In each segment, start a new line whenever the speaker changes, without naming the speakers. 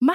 ما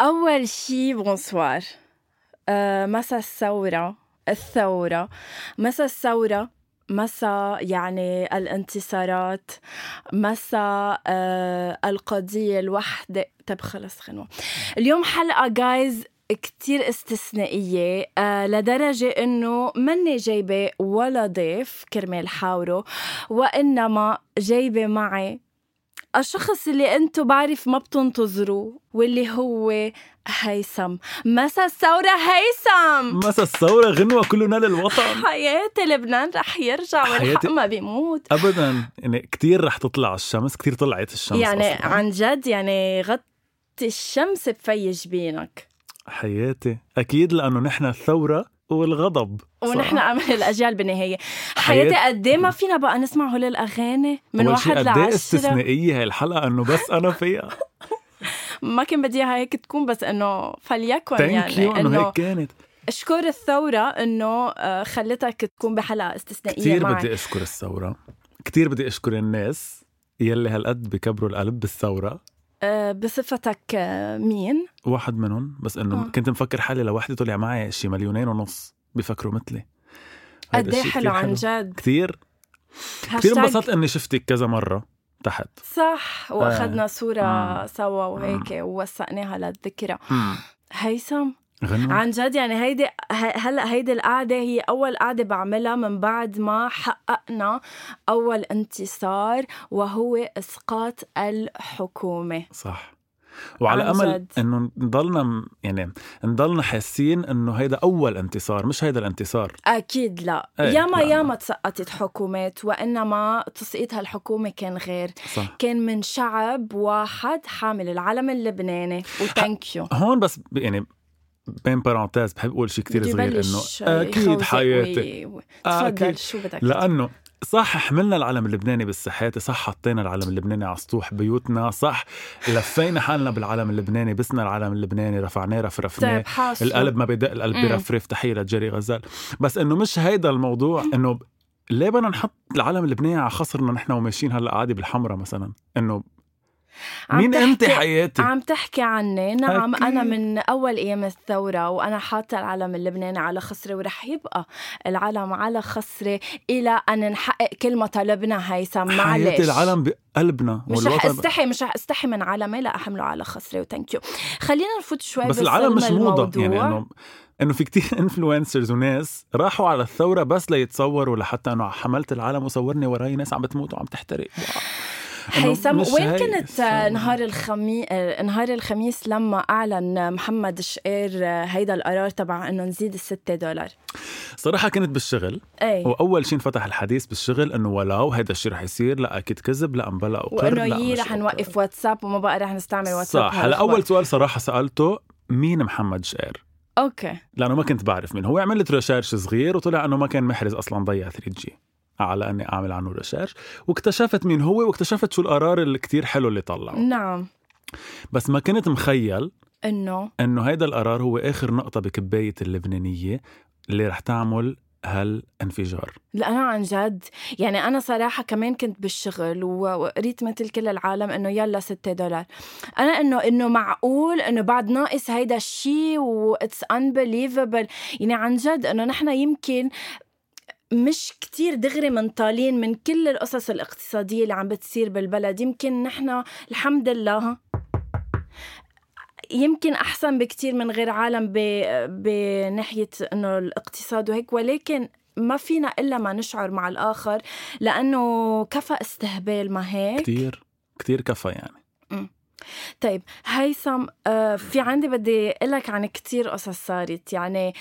أول شي بونسوار آه، مسا الثورة الثورة مسا الثورة مسا يعني الانتصارات مسا آه القضية الوحدة طب خلص خنوة اليوم حلقة جايز كتير استثنائية آه لدرجة إنه مني جايبة ولا ضيف كرمال حاوره وإنما جايبة معي الشخص اللي انتو بعرف ما بتنتظروه واللي هو هيثم مسا الثورة هيثم
مسا الثورة غنوة كلنا للوطن
حياة لبنان رح يرجع والحق
حياتي-
ما بيموت
ابدا يعني كثير رح تطلع الشمس كثير طلعت الشمس
يعني
أصلاً.
عن جد يعني غطي الشمس بفي جبينك
حياتي اكيد لانه نحن الثورة والغضب
ونحن
صراحة.
امل الاجيال بالنهايه حياتي
حياة-
قد إيه ما فينا بقى نسمع هول الاغاني من
أول شي
واحد
قد إيه
لعشرة
استثنائية هاي الحلقة انه بس انا فيها
ما كان بدي إياها هيك تكون بس انه فليكن
ثانك يو
يعني
انه
انه
هيك كانت
اشكر الثوره انه آه، خلتك تكون بحلقه استثنائيه
كثير
معي
بدي اشكر الثورة كثير بدي اشكر الناس يلي هالقد بكبروا القلب بالثورة
آه، بصفتك آه، مين
واحد منهم بس انه
آه.
كنت مفكر حالي لوحدي طلع معي شي مليونين ونص بفكروا مثلي هيدا
قد إيه
الشي كتير
حلو عن جد
كتير كثير انبسطت اني شفتك كذا مره تحت
صح
آه.
واخذنا صوره
مم.
سوا وهيك
آه.
ووثقناها للذكرى هيثم
غنوة
آه. عن جد يعني هيدي ه- هلا هيدي القعده هي اول قعده بعملها من بعد ما حققنا اول انتصار وهو اسقاط الحكومه
صح وعلى
عن
امل
جد.
انه نضلنا م- يعني نضلنا حاسين انه هيدا اول انتصار مش هيدا الانتصار
اكيد لا
إيه،
ياما
لا، لا.
ياما تسقطت حكومات وانما تسقيط هالحكومه كان غير
صح
كان من شعب واحد حامل العلم اللبناني وثانك يو
هون بس ب- يعني بين بارونتيز بحب اقول شيء كتير صغير انه اكيد حياتي آه،
تفضل
أكيد.
شو بدك
لانه صح حملنا العلم اللبناني بالساحات صح حطينا العلم اللبناني على سطوح بيوتنا صح لفينا حالنا بالعلم اللبناني بسنا العلم اللبناني رفعناه رفرفناه
طيب حاسه
القلب ما بيدق القلب
مم.
بيرفرف تحيه لجيري غزال بس انه مش هيدا الموضوع انه ب- ليه بدنا نحط العالم اللبناني على خصرنا نحن وماشيين هلا قاعده بالحمرة مثلا انه
عم
مين انت
تحكي-
حياتي
عم تحكي عني نعم
أكيد.
أنا من أول أيام الثورة وأنا حاطة العلم اللبناني على خصري ورح يبقى العلم على خصري إلى أن نحقق كل ما طلبنا هيثم معلش
حياتي العالم بقلبنا
مش رح
والوطن
استحي مش رح استحي من علمي لا احمله على خصري وثانك يو خلينا نفوت شوي
بس العالم مش
بصلب
موضة
الموضوع.
يعني انه انه في كتير انفلونسرز وناس راحوا على الثورة بس ليتصوروا لحتى انه حملت العالم وصورني وراي ناس عم بتموت وعم تحترق إنه
هيثم
مش
وين
هي
كنت
الثورة.
آه، نهار الخميس نهار الخميس لما اعلن محمد شقير آه، هيدا القرار تبع انه نزيد الستة دولار إيه.
صراحة كنت بالشغل
اي
واول شيء انفتح الحديث بالشغل انه ولو هذا الشيء رح يصير لا اكيد كذب لا مبلا اقر
وانه
لا
يي
مش
رح
أقر.
نوقف واتساب وما بقى رح نستعمل واتساب
صح هلا اول سؤال صراحه سالته مين محمد شقير
اوكي
لانه ما كنت بعرف مين هو عملت ريسيرش صغير وطلع انه ما كان محرز اصلا ضيع 3 جي على اني اعمل عنه ريسيرش واكتشفت مين هو واكتشفت شو القرار اللي كتير حلو اللي طلعه
نعم
بس ما كنت مخيل
انه
انه هيدا القرار هو اخر نقطه بكبايه اللبنانيه اللي رح تعمل هالانفجار
لأنا عن جد يعني أنا صراحة كمان كنت بالشغل و- وقريت مثل كل العالم إنه يلا ستة دولار أنا إنه إنه معقول إنه بعد ناقص هيدا الشيء واتس unbelievable يعني عن جد إنه نحن يمكن مش كتير دغري منطالين من كل القصص الاقتصادية اللي عم بتصير بالبلد يمكن نحن الحمد لله يمكن احسن بكتير من غير عالم ب... بناحيه انه الاقتصاد وهيك ولكن ما فينا الا ما نشعر مع الاخر لانه كفى استهبال ما هيك
كتير كتير كفى يعني
طيب هيثم آه، في عندي بدي لك عن كتير قصص صارت يعني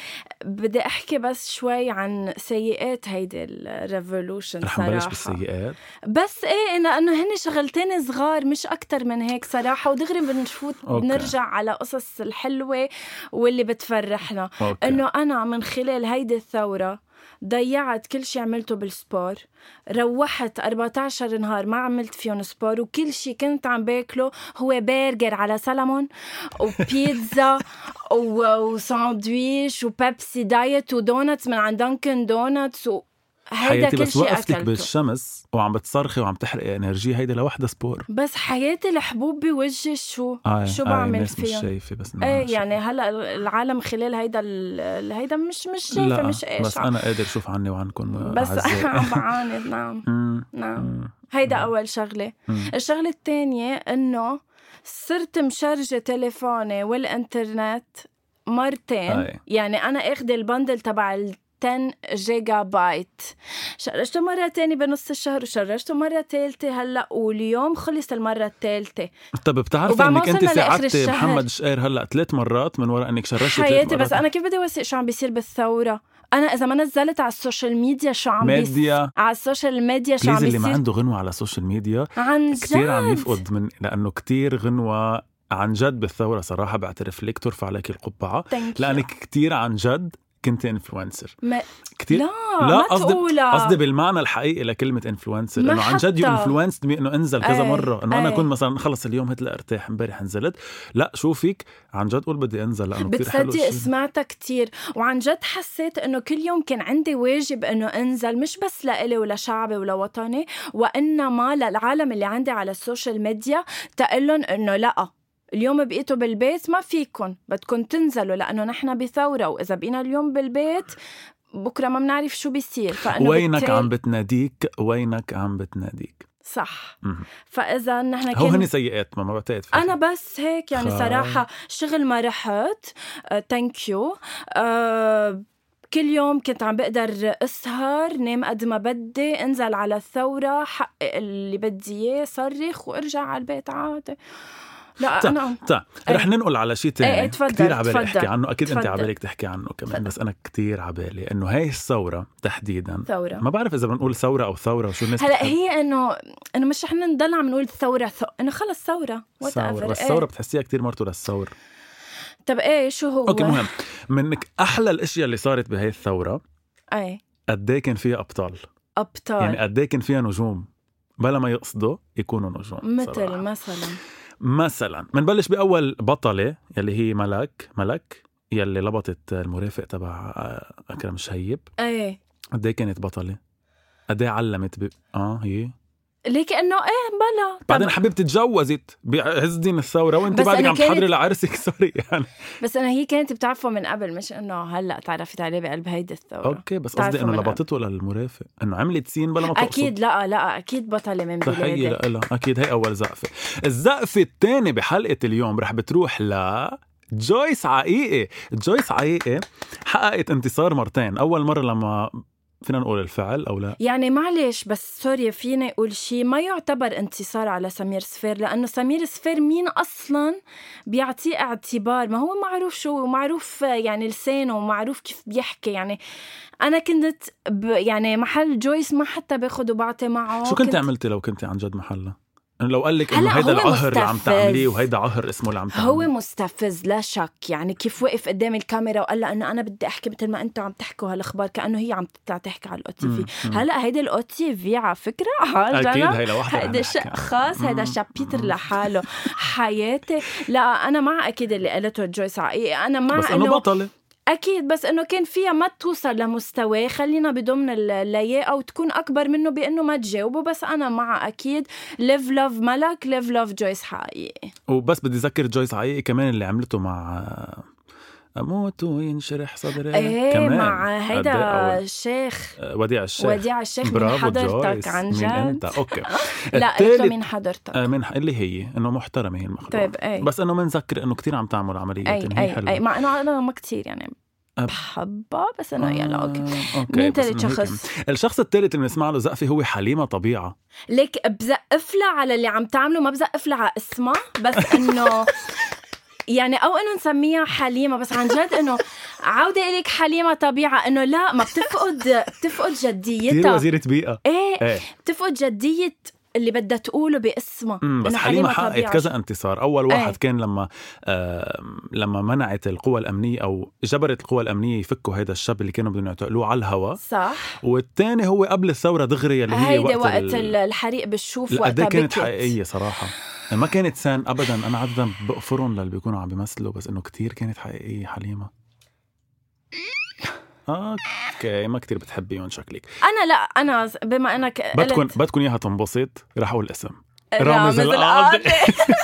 بدي احكي بس شوي عن سيئات هيدي الريفولوشن
رح نبلش
صراحه
بالسيئات
بس ايه انا انه هن شغلتين صغار مش اكتر من هيك صراحه ودغري بنفوت
أوكي.
بنرجع على قصص الحلوه واللي بتفرحنا
اوكي
انه انا من خلال هيدي الثوره ضيعت كل شيء عملته بالسبور روحت 14 نهار ما عملت فيهم سبور وكل شيء كنت عم باكله هو برجر على سلمون وبيتزا و- وساندويش وبيبسي دايت ودونتس من عند دانكن دونتس و... هيدا
حياتي
كل
بس
شيء
وقفتك
اكلته
بالشمس وعم بتصرخي وعم تحرقي انرجي هيدا لوحدها سبور
بس حياتي الحبوب بوجهي شو
آه
شو بعمل
الناس مش
فيهم
شايفه بس إنه أنا
ايه
شايف.
يعني هلا العالم خلال هيدا ال- هيدا مش مش شايفه
لا
مش ايش
بس انا قادر اشوف عني وعنكم
بس
أعزائي.
عم بعاند نعم
مم،
نعم
مم،
هيدا اول شغله
مم.
الشغله الثانيه انه صرت مشرجه تليفوني والانترنت مرتين
أي.
يعني انا اخذ البندل تبع ال 10 جيجا بايت شرجته مرة تاني بنص الشهر وشرجته مرة تالتة هلا واليوم خلص المرة التالتة
طب بتعرفي
وبعد ما
انك انت
وصلنا لآخر
ساعدتي
الشهر.
محمد شقير هلا ثلاث مرات من وراء انك شرشتي
حياتي بس انا كيف بدي اوثق شو عم بيصير بالثوره انا اذا ما نزلت على السوشيال ميديا شو عم بيصير
ميديا
على السوشيال ميديا شو
بليز
عم
اللي ما
بيصير
عنده غنوه على السوشيال ميديا
عن جد
كثير عم يفقد من لانه كثير غنوه عن جد بالثوره صراحه بعترف لك ترفع عليك القبعه
Thank you.
لانك كثير عن جد كنت انفلونسر
ما...
كثير
لا ما
قصدي
تقولها
قصدي بالمعنى الحقيقي لكلمه انفلونسر
آه. ما
انه عن جد يو
حتى.
انفلونسد مي انه انزل كذا
إيه،
مره انه انا
إيه.
اكون مثلا خلص اليوم هتلا ارتاح امبارح نزلت لا شوفك عن جد قول بدي انزل لانه كثير حلو
بتصدق
الشيء.
سمعتها كتير وعن جد حسيت انه كل يوم كان عندي واجب انه انزل مش بس لإلي ولشعبي ولوطني وانما للعالم اللي عندي على السوشيال ميديا تقلن انه لا اليوم بقيتوا بالبيت ما فيكن بدكم تنزلوا لانه نحن بثوره واذا بقينا اليوم بالبيت بكره ما بنعرف شو بيصير فانه
وينك
بالتالي-
عم بتناديك وينك عم بتناديك
صح
مهم.
فاذا نحن
هو
كان-
هن سيئات ما ما بعتقد في
انا بس هيك يعني
خا-
صراحه شغل ما رحت آه، ثانك يو آه، كل يوم كنت عم بقدر اسهر نام قد ما بدي انزل على الثوره حقق اللي بدي اياه صرخ وارجع على البيت عادي لا
طيب،
انا
طيب
إيه.
رح ننقل على شيء
إيه،
ثاني
إيه، تفضل،
كثير عبالي
تفضل،
احكي عنه اكيد انت
تفضل.
عبالك تحكي عنه كمان
تفضل.
بس انا كثير عبالي انه هاي الثوره تحديدا
ثوره
ما بعرف اذا بنقول ثوره او ثوره وشو الناس
هلا
بتحب.
هي انه انه مش رح نضل عم نقول ثوره ثو... انه خلص ثوره وات
ثورة بس الثورة بتحسيها كثير مرته للثور
طب ايه شو هو
اوكي مهم منك احلى الاشياء اللي صارت بهي الثورة
ايه
قد إيه كان فيها ابطال
ابطال يعني
يعني قد إيه كان فيها نجوم بلا ما يقصدوا يكونوا نجوم
مثل
صراحة.
مثلا
مثلا بنبلش باول بطله يلي هي ملك ملك يلي لبطت المرافق تبع آه، اكرم شهيب
ايه
قد ايه كانت بطله قد ايه علمت ب... اه هي
ليك انه ايه بلا طب
بعدين حبيبتي تجوزت بعز دين الثوره وانت
بس
بعدك
أنا
عم تحضري
كانت-
لعرسك سوري يعني
بس انا هي كانت بتعرفه من قبل مش انه هلا تعرفت عليه بقلب هيدي الثوره أوكي.
اوكي بس
بتعرفوا
قصدي انه
من قبل.
لبطته للمرافق انه عملت سين بلا ما تقصد
اكيد لا لا اكيد بطله من
تحية
بلادك
لها أكيد هي أول زقفة الزقفة الثانية بحلقة اليوم رح بتروح ل جويس عقيقي جويس عقيقي حققت انتصار مرتين أول مرة لما فينا نقول الفعل أو لا
يعني معلش بس سوري فيني اقول شيء ما يعتبر انتصار على سمير سفير لانه سمير سفير مين اصلا بيعطيه اعتبار ما هو معروف شو ومعروف يعني لسانه ومعروف كيف بيحكي يعني انا كنت ب يعني محل جويس ما حتى باخد وبعطي معه
شو كنت عملتي لو كنت عن جد محلها؟ إنه لو قال لك
آه، هلا
انه
هو
هيدا القهر اللي عم
مستفز.
تعمليه وهيدا عهر اسمه اللي عم تعمليه
هو مستفز لا شك يعني كيف وقف قدام الكاميرا وقال لها انه انا بدي احكي مثل ما انتم عم تحكوا هالاخبار كانه هي عم تطلع تحكي على الاو تي في
مم، مم.
هلا هيدا الاو تي في على فكره عجلة.
اكيد هي لوحدها
هيدا شيء خاص هيدا شابيتر لحاله حياتي لا انا مع اكيد اللي قالته جويس إيه، عقيقي انا مع
بس انه بطله
اكيد بس انه كان فيها ما توصل لمستواه خلينا بضمن ال- اللياقه وتكون اكبر منه بانه ما تجاوبه بس انا مع اكيد ليف لوف ملك ليف لوف جويس حقيقي
وبس بدي اذكر جويس عقيقي كمان اللي عملته مع اموت وينشرح صدري
ايه
إيه، كمان
مع
قد إيه
هيدا
أول-
الشيخ
آه، وديع الشيخ
وديع الشيخ من
برافو
حضرتك
جويس.
عن
مين
جد
انت اوكي
لا قلت
التالت-
من حضرتك
آه، من ح- اللي هي انه محترمه هي المخلوقات
طيب ايه
بس انه منذكر انه كتير عم تعمل عمليات
اي
إنه هي
اي
حلوة.
اي مع انه انا ما كتير يعني
أب-
بحبها بس انه يلا اوكي
آه، أوكي،
مين
بس
تالت
إنه هيك.
شخص؟
الشخص الثالث اللي بنسمع له زقفه هو حليمه طبيعه
ليك بزقف لها على اللي عم تعمله ما بزقف لها على اسمها بس انه يعني او انه نسميها حليمه بس عن جد انه عوده الك حليمه طبيعه انه لا ما بتفقد بتفقد
كثير
جديتها
وزيره بيئه
ايه
ايه
بتفقد جديه اللي بدها تقوله باسمها
امم بس
إنه
حليمه حققت
طبيعة.
كذا انتصار اول واحد
إيه.
كان لما آه لما منعت القوى الامنيه او جبرت القوى الامنيه يفكوا هذا الشاب اللي كانوا بدهم يعتقلوه على الهوا
صح
والثاني هو قبل الثوره دغري اللي هي
هيدا
وقت,
وقت
ال-
الحريق بالشوف
الأداة
وقتها
كانت
بكت.
حقيقيه صراحه ما كانت سان ابدا انا عاده بقفرهم للي بيكونوا عم بيمثلوا بس انه كتير كانت حقيقيه حليمه اوكي ما كتير بتحبيهم شكلك
انا لا انا بما انك قلت
بدكم بدكم اياها تنبسط رح اقول اسم
رامز
رامز
القاضي
القاضي.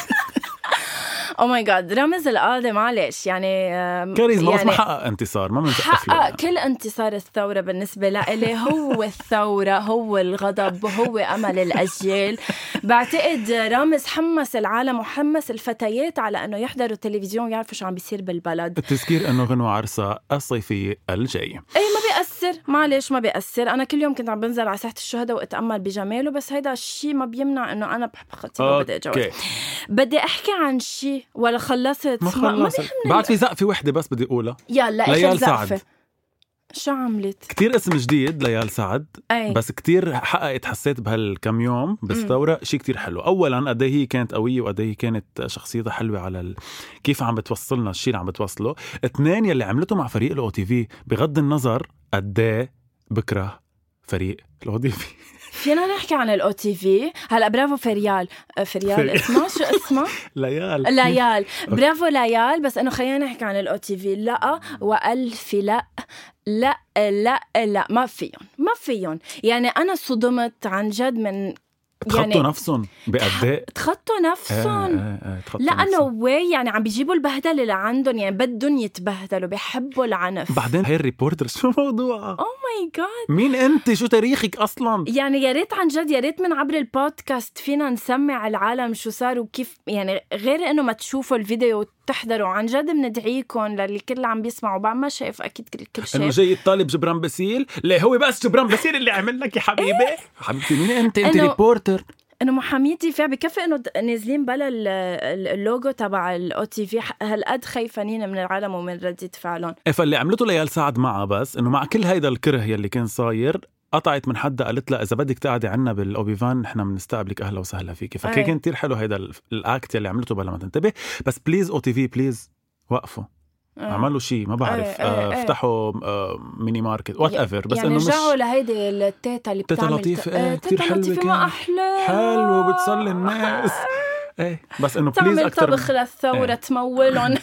او ماي جاد رامز القاضي معلش يعني آم،
كاريزما بس ما
يعني
حقق انتصار ما بنسقف له
حقق كل انتصار الثورة بالنسبة لإلي هو الثورة هو الغضب هو أمل الأجيال بعتقد رامز حمس العالم وحمس الفتيات على أنه يحضروا التلفزيون ويعرفوا شو عم بيصير بالبلد
التذكير انه غنوة عرسة الصيفية الجاي
ايه ما بيأثر معلش ما بيأثر أنا كل يوم كنت عم بنزل على ساحة الشهداء وأتأمل بجماله بس هيدا الشيء ما بيمنع أنه أنا بحب خطيبه وبدي أتجوز بدي احكي عن شيء ولا خلصت
ما خلصت بعد في زقفة وحدة بس بدي اقولها
يلا اخر
ليال
زقفه
سعد
شو عملت؟ إيه،
كتير اسم جديد ليال سعد
اي
بس كتير حققت حسيت بهالكم يوم بالثورة شيء كتير حلو أولا قد إيه هي كانت قوية وقد إيه هي كانت شخصيتها حلوة على ال... كيف عم بتوصلنا الشيء اللي عم بتوصله اثنين يلي عملته مع فريق الأو تي في بغض النظر قد إيه بكره فريق الأو تي في
فينا نحكي عن الاو تي في هلا برافو فريال آه، فريال
فريال.
اسمها شو اسمها؟
ليال
ليال برافو ليال بس انه خلينا نحكي عن الاو تي في لا والف لا لا لا لا ما فيهم ما فيهم يعني انا صدمت عن جد من يعني
تخطوا نفسهم بقد إيه
تخطوا
آه،
نفسهم
آه، آه، تخطوا
لانه
نفسهم.
وي يعني عم بيجيبوا البهدله لعندهم يعني بدهم يتبهدلوا بيحبوا العنف Oh
بعدين هاي الريبورتر شو موضوعها؟
او ماي جاد
مين انت؟ شو تاريخك اصلا؟
يعني يا ريت عن جد يا ريت من عبر البودكاست فينا نسمع العالم شو صار وكيف يعني غير انه ما تشوفوا الفيديو وتحضروا عن جد بندعيكم للي كل عم بيسمعوا بعد ما شايف اكيد كل كل
انه
شايف
جاي الطالب جبران باسيل؟ ليه هو بس جبران باسيل اللي عمل لك يا حبيبي؟ حبيبتي مين انت؟ انت
إيه. إنه-
ريبورتر
انه محاميه دفاع بكفي انه د- نازلين بلا ال- ال- اللوجو تبع الاو تي في هالقد خايفانين من العالم ومن ردة فعلهم
إيه، فاللي عملته ليال سعد معها بس انه مع كل هيدا الكره يلي كان صاير قطعت من حدا قالت لها اذا بدك تقعدي عنا بالاوبيفان نحن بنستقبلك اهلا وسهلا فيكي
أي.
فكان كثير حلو هيدا ال- الاكت يلي عملته بلا ما تنتبه بس بليز او تي في بليز وقفوا
آه.
عملوا شيء ما بعرف
إيه، إيه،
آه،
إيه.
فتحوا آه، ميني ماركت وات ايفر بس
يعني
انه مش
رجعوا لهيدي التيتا اللي
تيتا
بتعمل
لطيفة،
آه،
إيه، كتير
تيتا
حلوة
لطيفة
كانت.
ما احلى
حلو بتصلي الناس ايه بس انه بليز
آه. تعمل
اكثر
طبخ
من...
للثورة
إيه.
تمولهم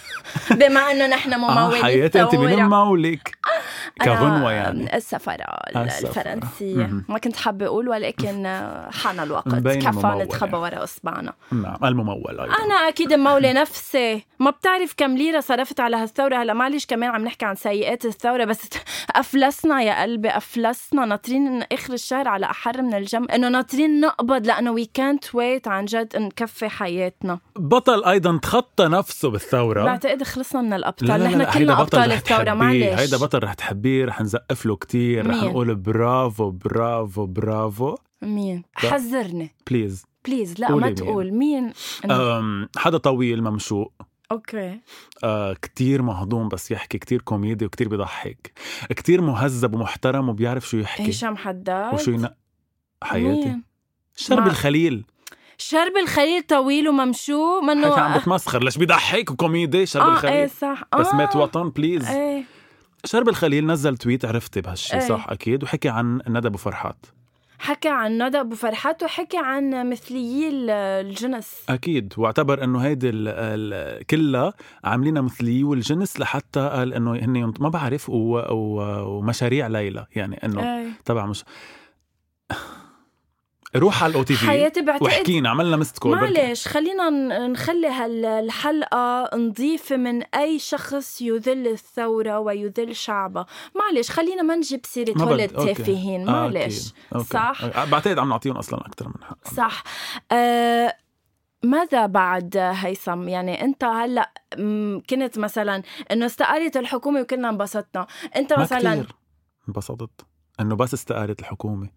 بما انه نحن ممولين
اه حياتي انت من
الثورة.
مولك
آه،
كغنوة يعني
أنا السفرة
السفرة.
الفرنسية
مهم.
ما كنت حابة أقول ولكن حان الوقت
مبين
كفى
ممولة. يعني.
نتخبى ورا إصبعنا
نعم الممول ايضا
أنا أكيد مولة نفسي ما بتعرف كم ليرة صرفت على هالثورة هلا معلش كمان عم نحكي عن سيئات الثورة بس أفلسنا يا قلبي أفلسنا ناطرين آخر الشهر على أحر من الجم إنه ناطرين نقبض لأنه وي كانت ويت عن جد نكفي حياتنا
بطل ايضا تخطى نفسه بالثورة
بعتقد خلصنا من
لا
الابطال
لا
نحن
لا هيدا
كلنا
بطل
ابطال
رح
الثوره
تحبيه
معلش
هيدا بطل رح تحبيه رح نزقف له كثير رح
مين؟
نقول برافو برافو برافو
مين حذرني
بليز
بليز لا
قولي
ما
مين. آه.
تقول مين أنا...
أم، حدا طويل ممشوق
اوكي
آه كتير مهضوم بس يحكي كتير كوميدي وكتير بيضحك كتير مهذب ومحترم وبيعرف شو يحكي
هشام حداد
وشو ينق حياتي
مين؟
شرب
مع-
الخليل
شرب الخليل طويل وممشو منه
حكى عم بتمسخر ليش بيضحك وكوميدي شرب
اه ايه
الخليل
صح اه
بس مات وطن بليز
ايه
شرب الخليل نزل تويت عرفتي بهالشي
إيه.
صح اكيد وحكي عن ندى ابو فرحات
حكى عن ندى ابو فرحات وحكى عن مثليي ال- الجنس
اكيد واعتبر انه هيدي ال- ال- كلها عاملينها مثلية والجنس لحتى قال انه هن ينط- ما بعرف و...
إيه.
و... ومشاريع ليلى يعني انه
ايه
تبع مش روح على الاو تي في
حياتي بعتقد
واحكينا عملنا مست كول
معلش خلينا ن- نخلي هالحلقة نضيف من أي شخص يذل الثورة ويذل شعبها معلش خلينا ما نجيب سيرة
ما
هول
بد- أوكي. آه،
التافهين معلش صح
بعتقد عم نعطيهم اصلا اكثر من حق
صح أه ماذا بعد هيثم يعني انت هلا م، كنت مثلا انه استقالت الحكومه وكلنا انبسطنا انت
ما
مثلا
كتير انبسطت انه بس استقالت الحكومه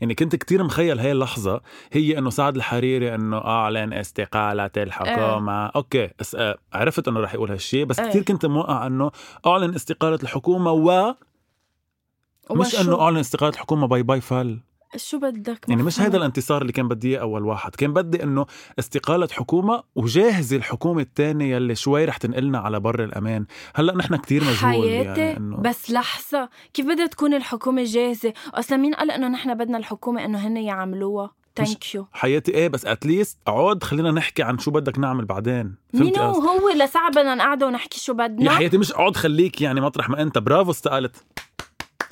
يعني كنت كتير مخيل هاي اللحظه هي انه سعد الحريري انه اعلن استقاله الحكومه اوكي اس- آه، عرفت انه رح يقول هالشيء بس
إيه.
كتير كنت موقع انه اعلن استقاله الحكومه و مش
وشو-
انه اعلن استقاله الحكومه باي باي فل
شو بدك
يعني مش
مفهوم.
هيدا الانتصار اللي كان بدي إياه اول واحد كان بدي انه استقاله حكومه وجاهزه الحكومه الثانيه يلي شوي رح تنقلنا على بر الامان هلا نحن كتير مجهول
حياتي
يعني
يعني
انه
بس لحظة كيف بدها تكون الحكومة جاهزة أصلا مين قال إنه نحن بدنا الحكومة إنه هن يعملوها ثانك يو
حياتي ايه بس اتليست اقعد خلينا نحكي عن شو بدك نعمل بعدين فهمت
مين
قصدي؟
هو لساعة بدنا نقعده ونحكي شو
يا
بدنا
حياتي مش اقعد خليك يعني مطرح ما انت برافو استقالت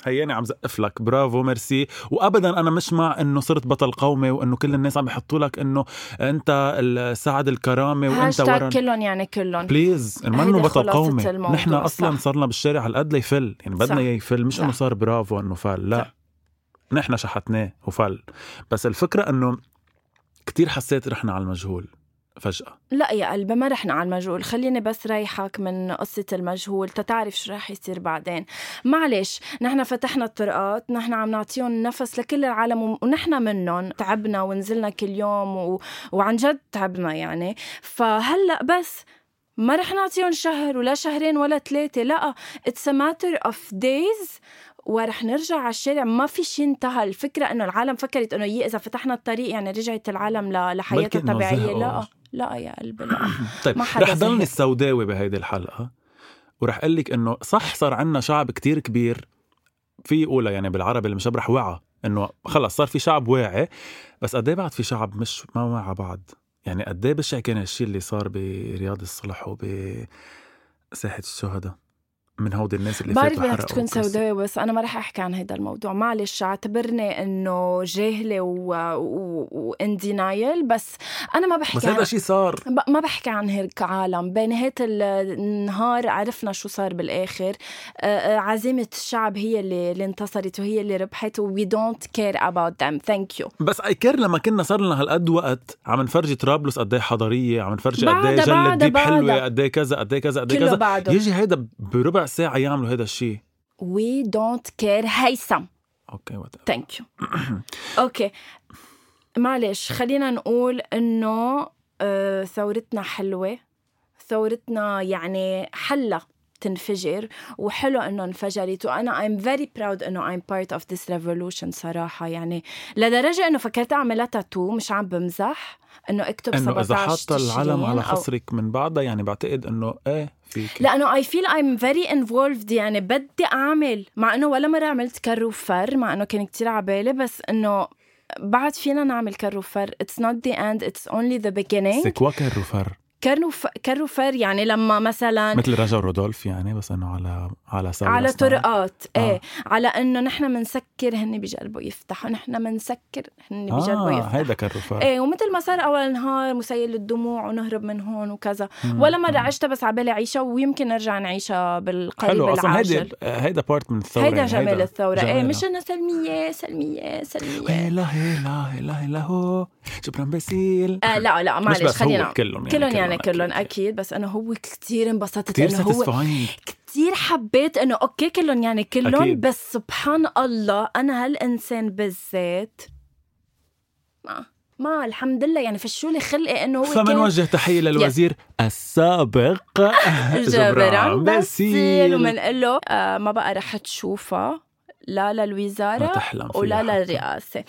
هياني عم زقف لك برافو ميرسي وابدا انا مش مع انه صرت بطل قومي وانه كل الناس عم يحطوا لك انه انت ال- سعد الكرامه وانت ورا
هاشتاج كلهم يعني كلهم
بليز
هيدي
منه بطل
خلاصة
قومي
الموضوع،
نحن اصلا
صح.
صرنا بالشارع على قد ليفل يعني
صح.
بدنا اياه يفل مش
صح.
انه صار برافو انه فل لا نحن شحتناه وفل بس الفكره انه كتير حسيت رحنا على المجهول فجاه
لا يا قلبي ما رحنا على المجهول خليني بس ريحك من قصة المجهول تتعرف شو رح يصير بعدين معلش نحن فتحنا الطرقات نحن عم نعطيهم نفس لكل العالم و- ونحن منهم تعبنا ونزلنا كل يوم و... وعن جد تعبنا يعني فهلأ بس ما رح نعطيهم شهر ولا شهرين ولا ثلاثة لا اتس ماتر اوف دايز ورح نرجع على الشارع ما في شيء انتهى الفكرة انه العالم فكرت انه يي اذا فتحنا الطريق يعني رجعت العالم ل- لحياتها
بلكي إنه
الطبيعية
زهقوا.
لا لا يا قلبي لا
طيب
ما حدا
رح ضلني
زهق.
السوداوي بهيدي الحلقه ورح اقول لك انه صح صار عندنا شعب كتير كبير في اولى يعني بالعربي المشبرح وعى انه خلص صار في شعب واعي بس قد إيه بعد في شعب مش ما وعى بعد يعني قد ايه بشع كان الشيء اللي صار برياض الصلح وبساحه الشهداء من هودي الناس اللي
بعرف
فاتوا
بدك
حرقوا
تكون
وكسروا.
سوداوي بس انا ما رح احكي عن هذا الموضوع معلش اعتبرني انه جاهله وان دينايل بس انا ما بحكي
بس
عن
هذا شيء صار
ب- ما بحكي عن هيك عالم بنهاية النهار عرفنا شو صار بالآخر آه، آه، عزيمة الشعب هي اللي, اللي انتصرت وهي اللي ربحت و we don't care about them thank you
بس اي كير لما كنا صار لنا هالقد وقت عم نفرجي طرابلس قد ايه حضاريه عم نفرجي قد ايه
بعدها-
جله
بعدها-
ديب حلوه
بعدها.
قد ايه كذا قد ايه كذا قد ايه
كله
كذا
بعده
يجي هيدا بربع ساعة يعملوا هيدا الشيء
we don't care هيثم
اوكي وات
ثانك يو اوكي معلش خلينا نقول انه آه، ثورتنا حلوه ثورتنا يعني حلا تنفجر وحلو انه انفجرت وانا I'm very proud انه I'm part of this revolution صراحه يعني لدرجه انه فكرت اعملها تاتو مش عم بمزح انه اكتب
انه اذا
17
حاطة العلم
تشرين
على
أو-
خصرك من بعدها يعني بعتقد انه ايه فيك
لانه اي فيل ايم فيري انفولفد يعني بدي اعمل مع انه ولا مره عملت كر وفر مع انه كان كتير عبالي بس انه بعد فينا نعمل كر وفر اتس نوت ذا اند اتس اونلي ذا بيجينينج
سكوا كروفر
كر وف- كر وفر يعني لما مثلا
مثل رجا رودولف يعني بس انه على على سلة
على
صناعة.
طرقات
آه.
ايه على انه نحن منسكر هن بيجربوا يفتحوا نحن منسكر هن بيجربوا
اه
يفتحوا
هيدا كروفر
ايه ومثل ما صار اول نهار مسيل للدموع ونهرب من هون وكذا
مم.
ولا مره عشتها بس عبالي عيشها ويمكن نرجع نعيشها بالقريب
حلو اصلا
العاجل
هيدا هيدا بارت من الثورة
هيدا
يعني،
جمال الثورة ايه
جمالها.
مش انه سلمية سلمية سلمية
هيلا هيلا هيلا هيلا هو جبران باسيل
آه لا لا
مش
معلش
بس
خلينا
هو كلهم
كلهم يعني كلهم اكيد بس انه هو كثير انبسطت
كثير
انه هو
ساتيسفاينج
كثير حبيت انه اوكي كلهم يعني كلهم
أكيد.
بس سبحان الله انا هالانسان بالذات ما ما الحمد لله يعني فشوا لي خلقي انه هو كان
فمنوجه تحية للوزير السابق
جبران بسيل
باسيل.
ومنقول له آه ما بقى رح تشوفها لا
ما
للوزارة
تحلم فيها
ولا
حتى.
للرئاسة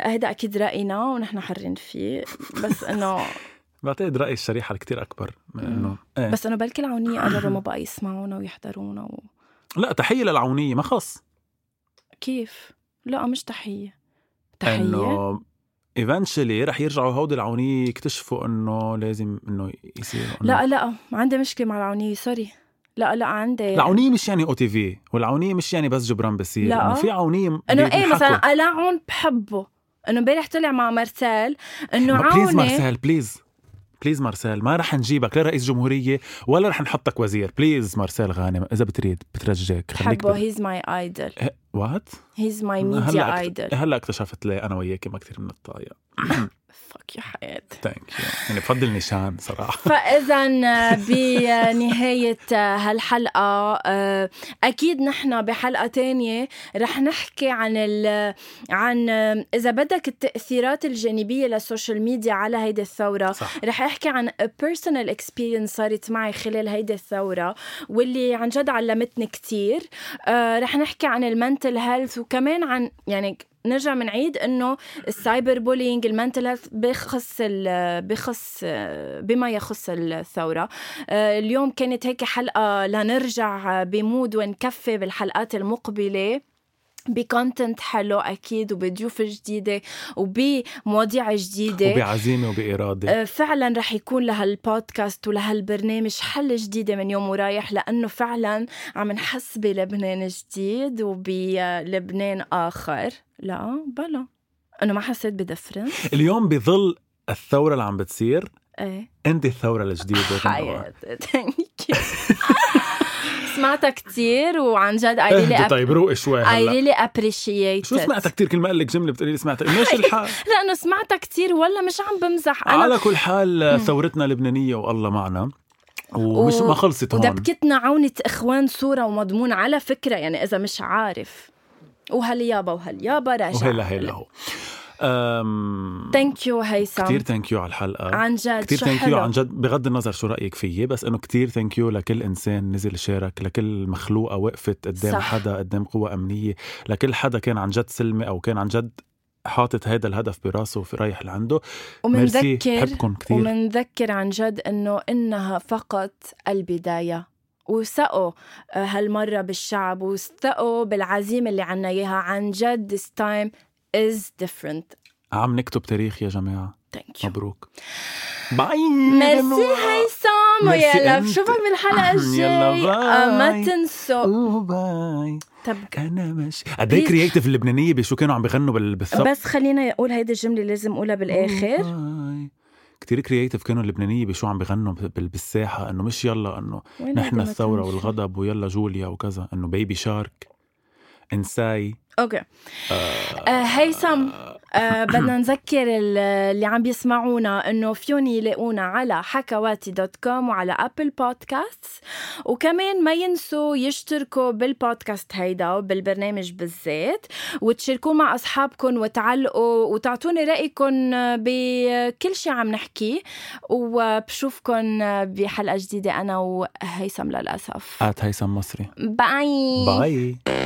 هيدا أكيد رأينا ونحن حرين فيه بس إنه
بعتقد رأي الشريحة الكتير أكبر من إنه إيه.
بس إنه بلكي العونية قرروا ما بقى يسمعونا ويحضرونا و...
لا تحية للعونية ما خص
كيف؟ لا مش تحية تحية؟
إنه ايفنشلي رح يرجعوا هودي العونية يكتشفوا إنه لازم إنه يصير إنه-
لا لا عندي مشكلة مع العونية سوري لا لا عندي
العونية مش يعني او تي في والعونية مش يعني بس جبران بسير
لا.
إنه في عونية
انه ايه
بيضحكوا.
مثلا العن بحبه انه امبارح طلع مع مارسيل انه
ما بليز
عوني
مارسيل بليز بليز مارسيل ما رح نجيبك لا رئيس جمهورية ولا رح نحطك وزير بليز مارسيل غانم إذا بتريد بترجاك خليك
بحبه هيز ماي ايدل
وات
هيز ماي ميديا
هلا
ايدل
أكت- هلا اكتشفت ليه انا وياك ما كثير بنتطايق
فك يا حياتي
ثانك يو يعني بفضل نيشان صراحه
فاذا بنهايه هالحلقه آه، اكيد نحن بحلقه تانية رح نحكي عن ال عن آه، اذا بدك التاثيرات الجانبيه للسوشيال ميديا على هيدي الثوره
صح
رح احكي عن بيرسونال اكسبيرينس صارت معي خلال هيدي الثوره واللي عن جد علمتني كثير آه رح نحكي عن المنتل هيلث وكمان عن يعني نرجع منعيد انه السايبر بولينج المنتل هيلث بخص ال بخص آه، بما يخص الثوره آه، اليوم كانت هيك حلقه لنرجع بمود ونكفي بالحلقات المقبله بكونتنت حلو اكيد وبضيوف جديده وبمواضيع جديده
وبعزيمه وباراده
آه، فعلا رح يكون لهالبودكاست ولهالبرنامج حل جديدة من يوم ورايح لأنه فعلا عم نحس بلبنان جديد وبلبنان آخر لا بلا أنا ما حسيت بدفرنس
اليوم بظل الثوره اللي عم بتصير
ايه
انت الثوره الجديده
حياتي ثانك يو سمعتها كتير وعن جد I really,
اهدي
ap-
طيب روقي شوي
I
هلا
really appreciate
شو
it
سمعتها كثير كل ما قال لك جمله بتقولي لي سمعتها ماشي الحال
لأنه سمعتها كتير والله مش عم بمزح أنا
على كل حال ثورتنا لبنانيه والله معنا ومش
و-
ما خلصت هون
ودبكتنا عونة إخوان صورة ومضمون على فكرة يعني إذا مش عارف وهل يابا وهل يابا راجع
وهلا هلا هو أم...
ثانك يو هيثم
كثير ثانك يو على الحلقه
عن جد
كتير
شو
ثانك يو
حلو.
عن جد بغض النظر شو رايك فيي بس انه كتير ثانك يو لكل انسان نزل شارك لكل مخلوقه وقفت قدام
صح.
صح. حدا قدام قوة امنيه لكل حدا كان عن جد سلمي او كان عن جد حاطط هذا الهدف براسه ورايح لعنده ميرسي
ومنذكر
بحبكم كثير
ومنذكر عن جد إنه إنها فقط البداية وثقوا آه، هالمرة بالشعب وثقوا بالعزيمة اللي عنا إياها عن جد this time is different
عم نكتب تاريخ يا جماعه
thank you
مبروك باي
ميرسي هيثم
ميرسي
ويلا
أنت.
بشوفك بالحلقة
يلا
الجاية آه،
باي.
ما تنسوا
أوه، باي
تبقى
انا مش قد
Please.
ايه كرييتيف اللبنانيه بشو كانوا عم بيغنوا بال- بالثوره
بس خلينا اقول هيدي الجمله لازم اقولها بالاخر
Oh, كثير كرييتيف كانوا اللبنانيه بشو عم بغنوا بال- بالساحه انه مش يلا انه
وين هيدي
نحن
ما
الثورة
تنشر؟
والغضب ويلا جوليا وكذا انه بيبي شارك انساي
اوكي آه، هيثم آه، بدنا نذكر ال- اللي عم بيسمعونا انه فيون يلاقونا على حكواتي دوت كوم وعلى ابل بودكاست وكمان ما ينسوا يشتركوا بالبودكاست هيدا وبالبرنامج بالذات وتشاركوه مع اصحابكم وتعلقوا وتعطوني رايكم بكل شيء عم نحكيه وبشوفكم بحلقه جديده انا وهيثم للاسف
ات هيثم مصري
باي
باي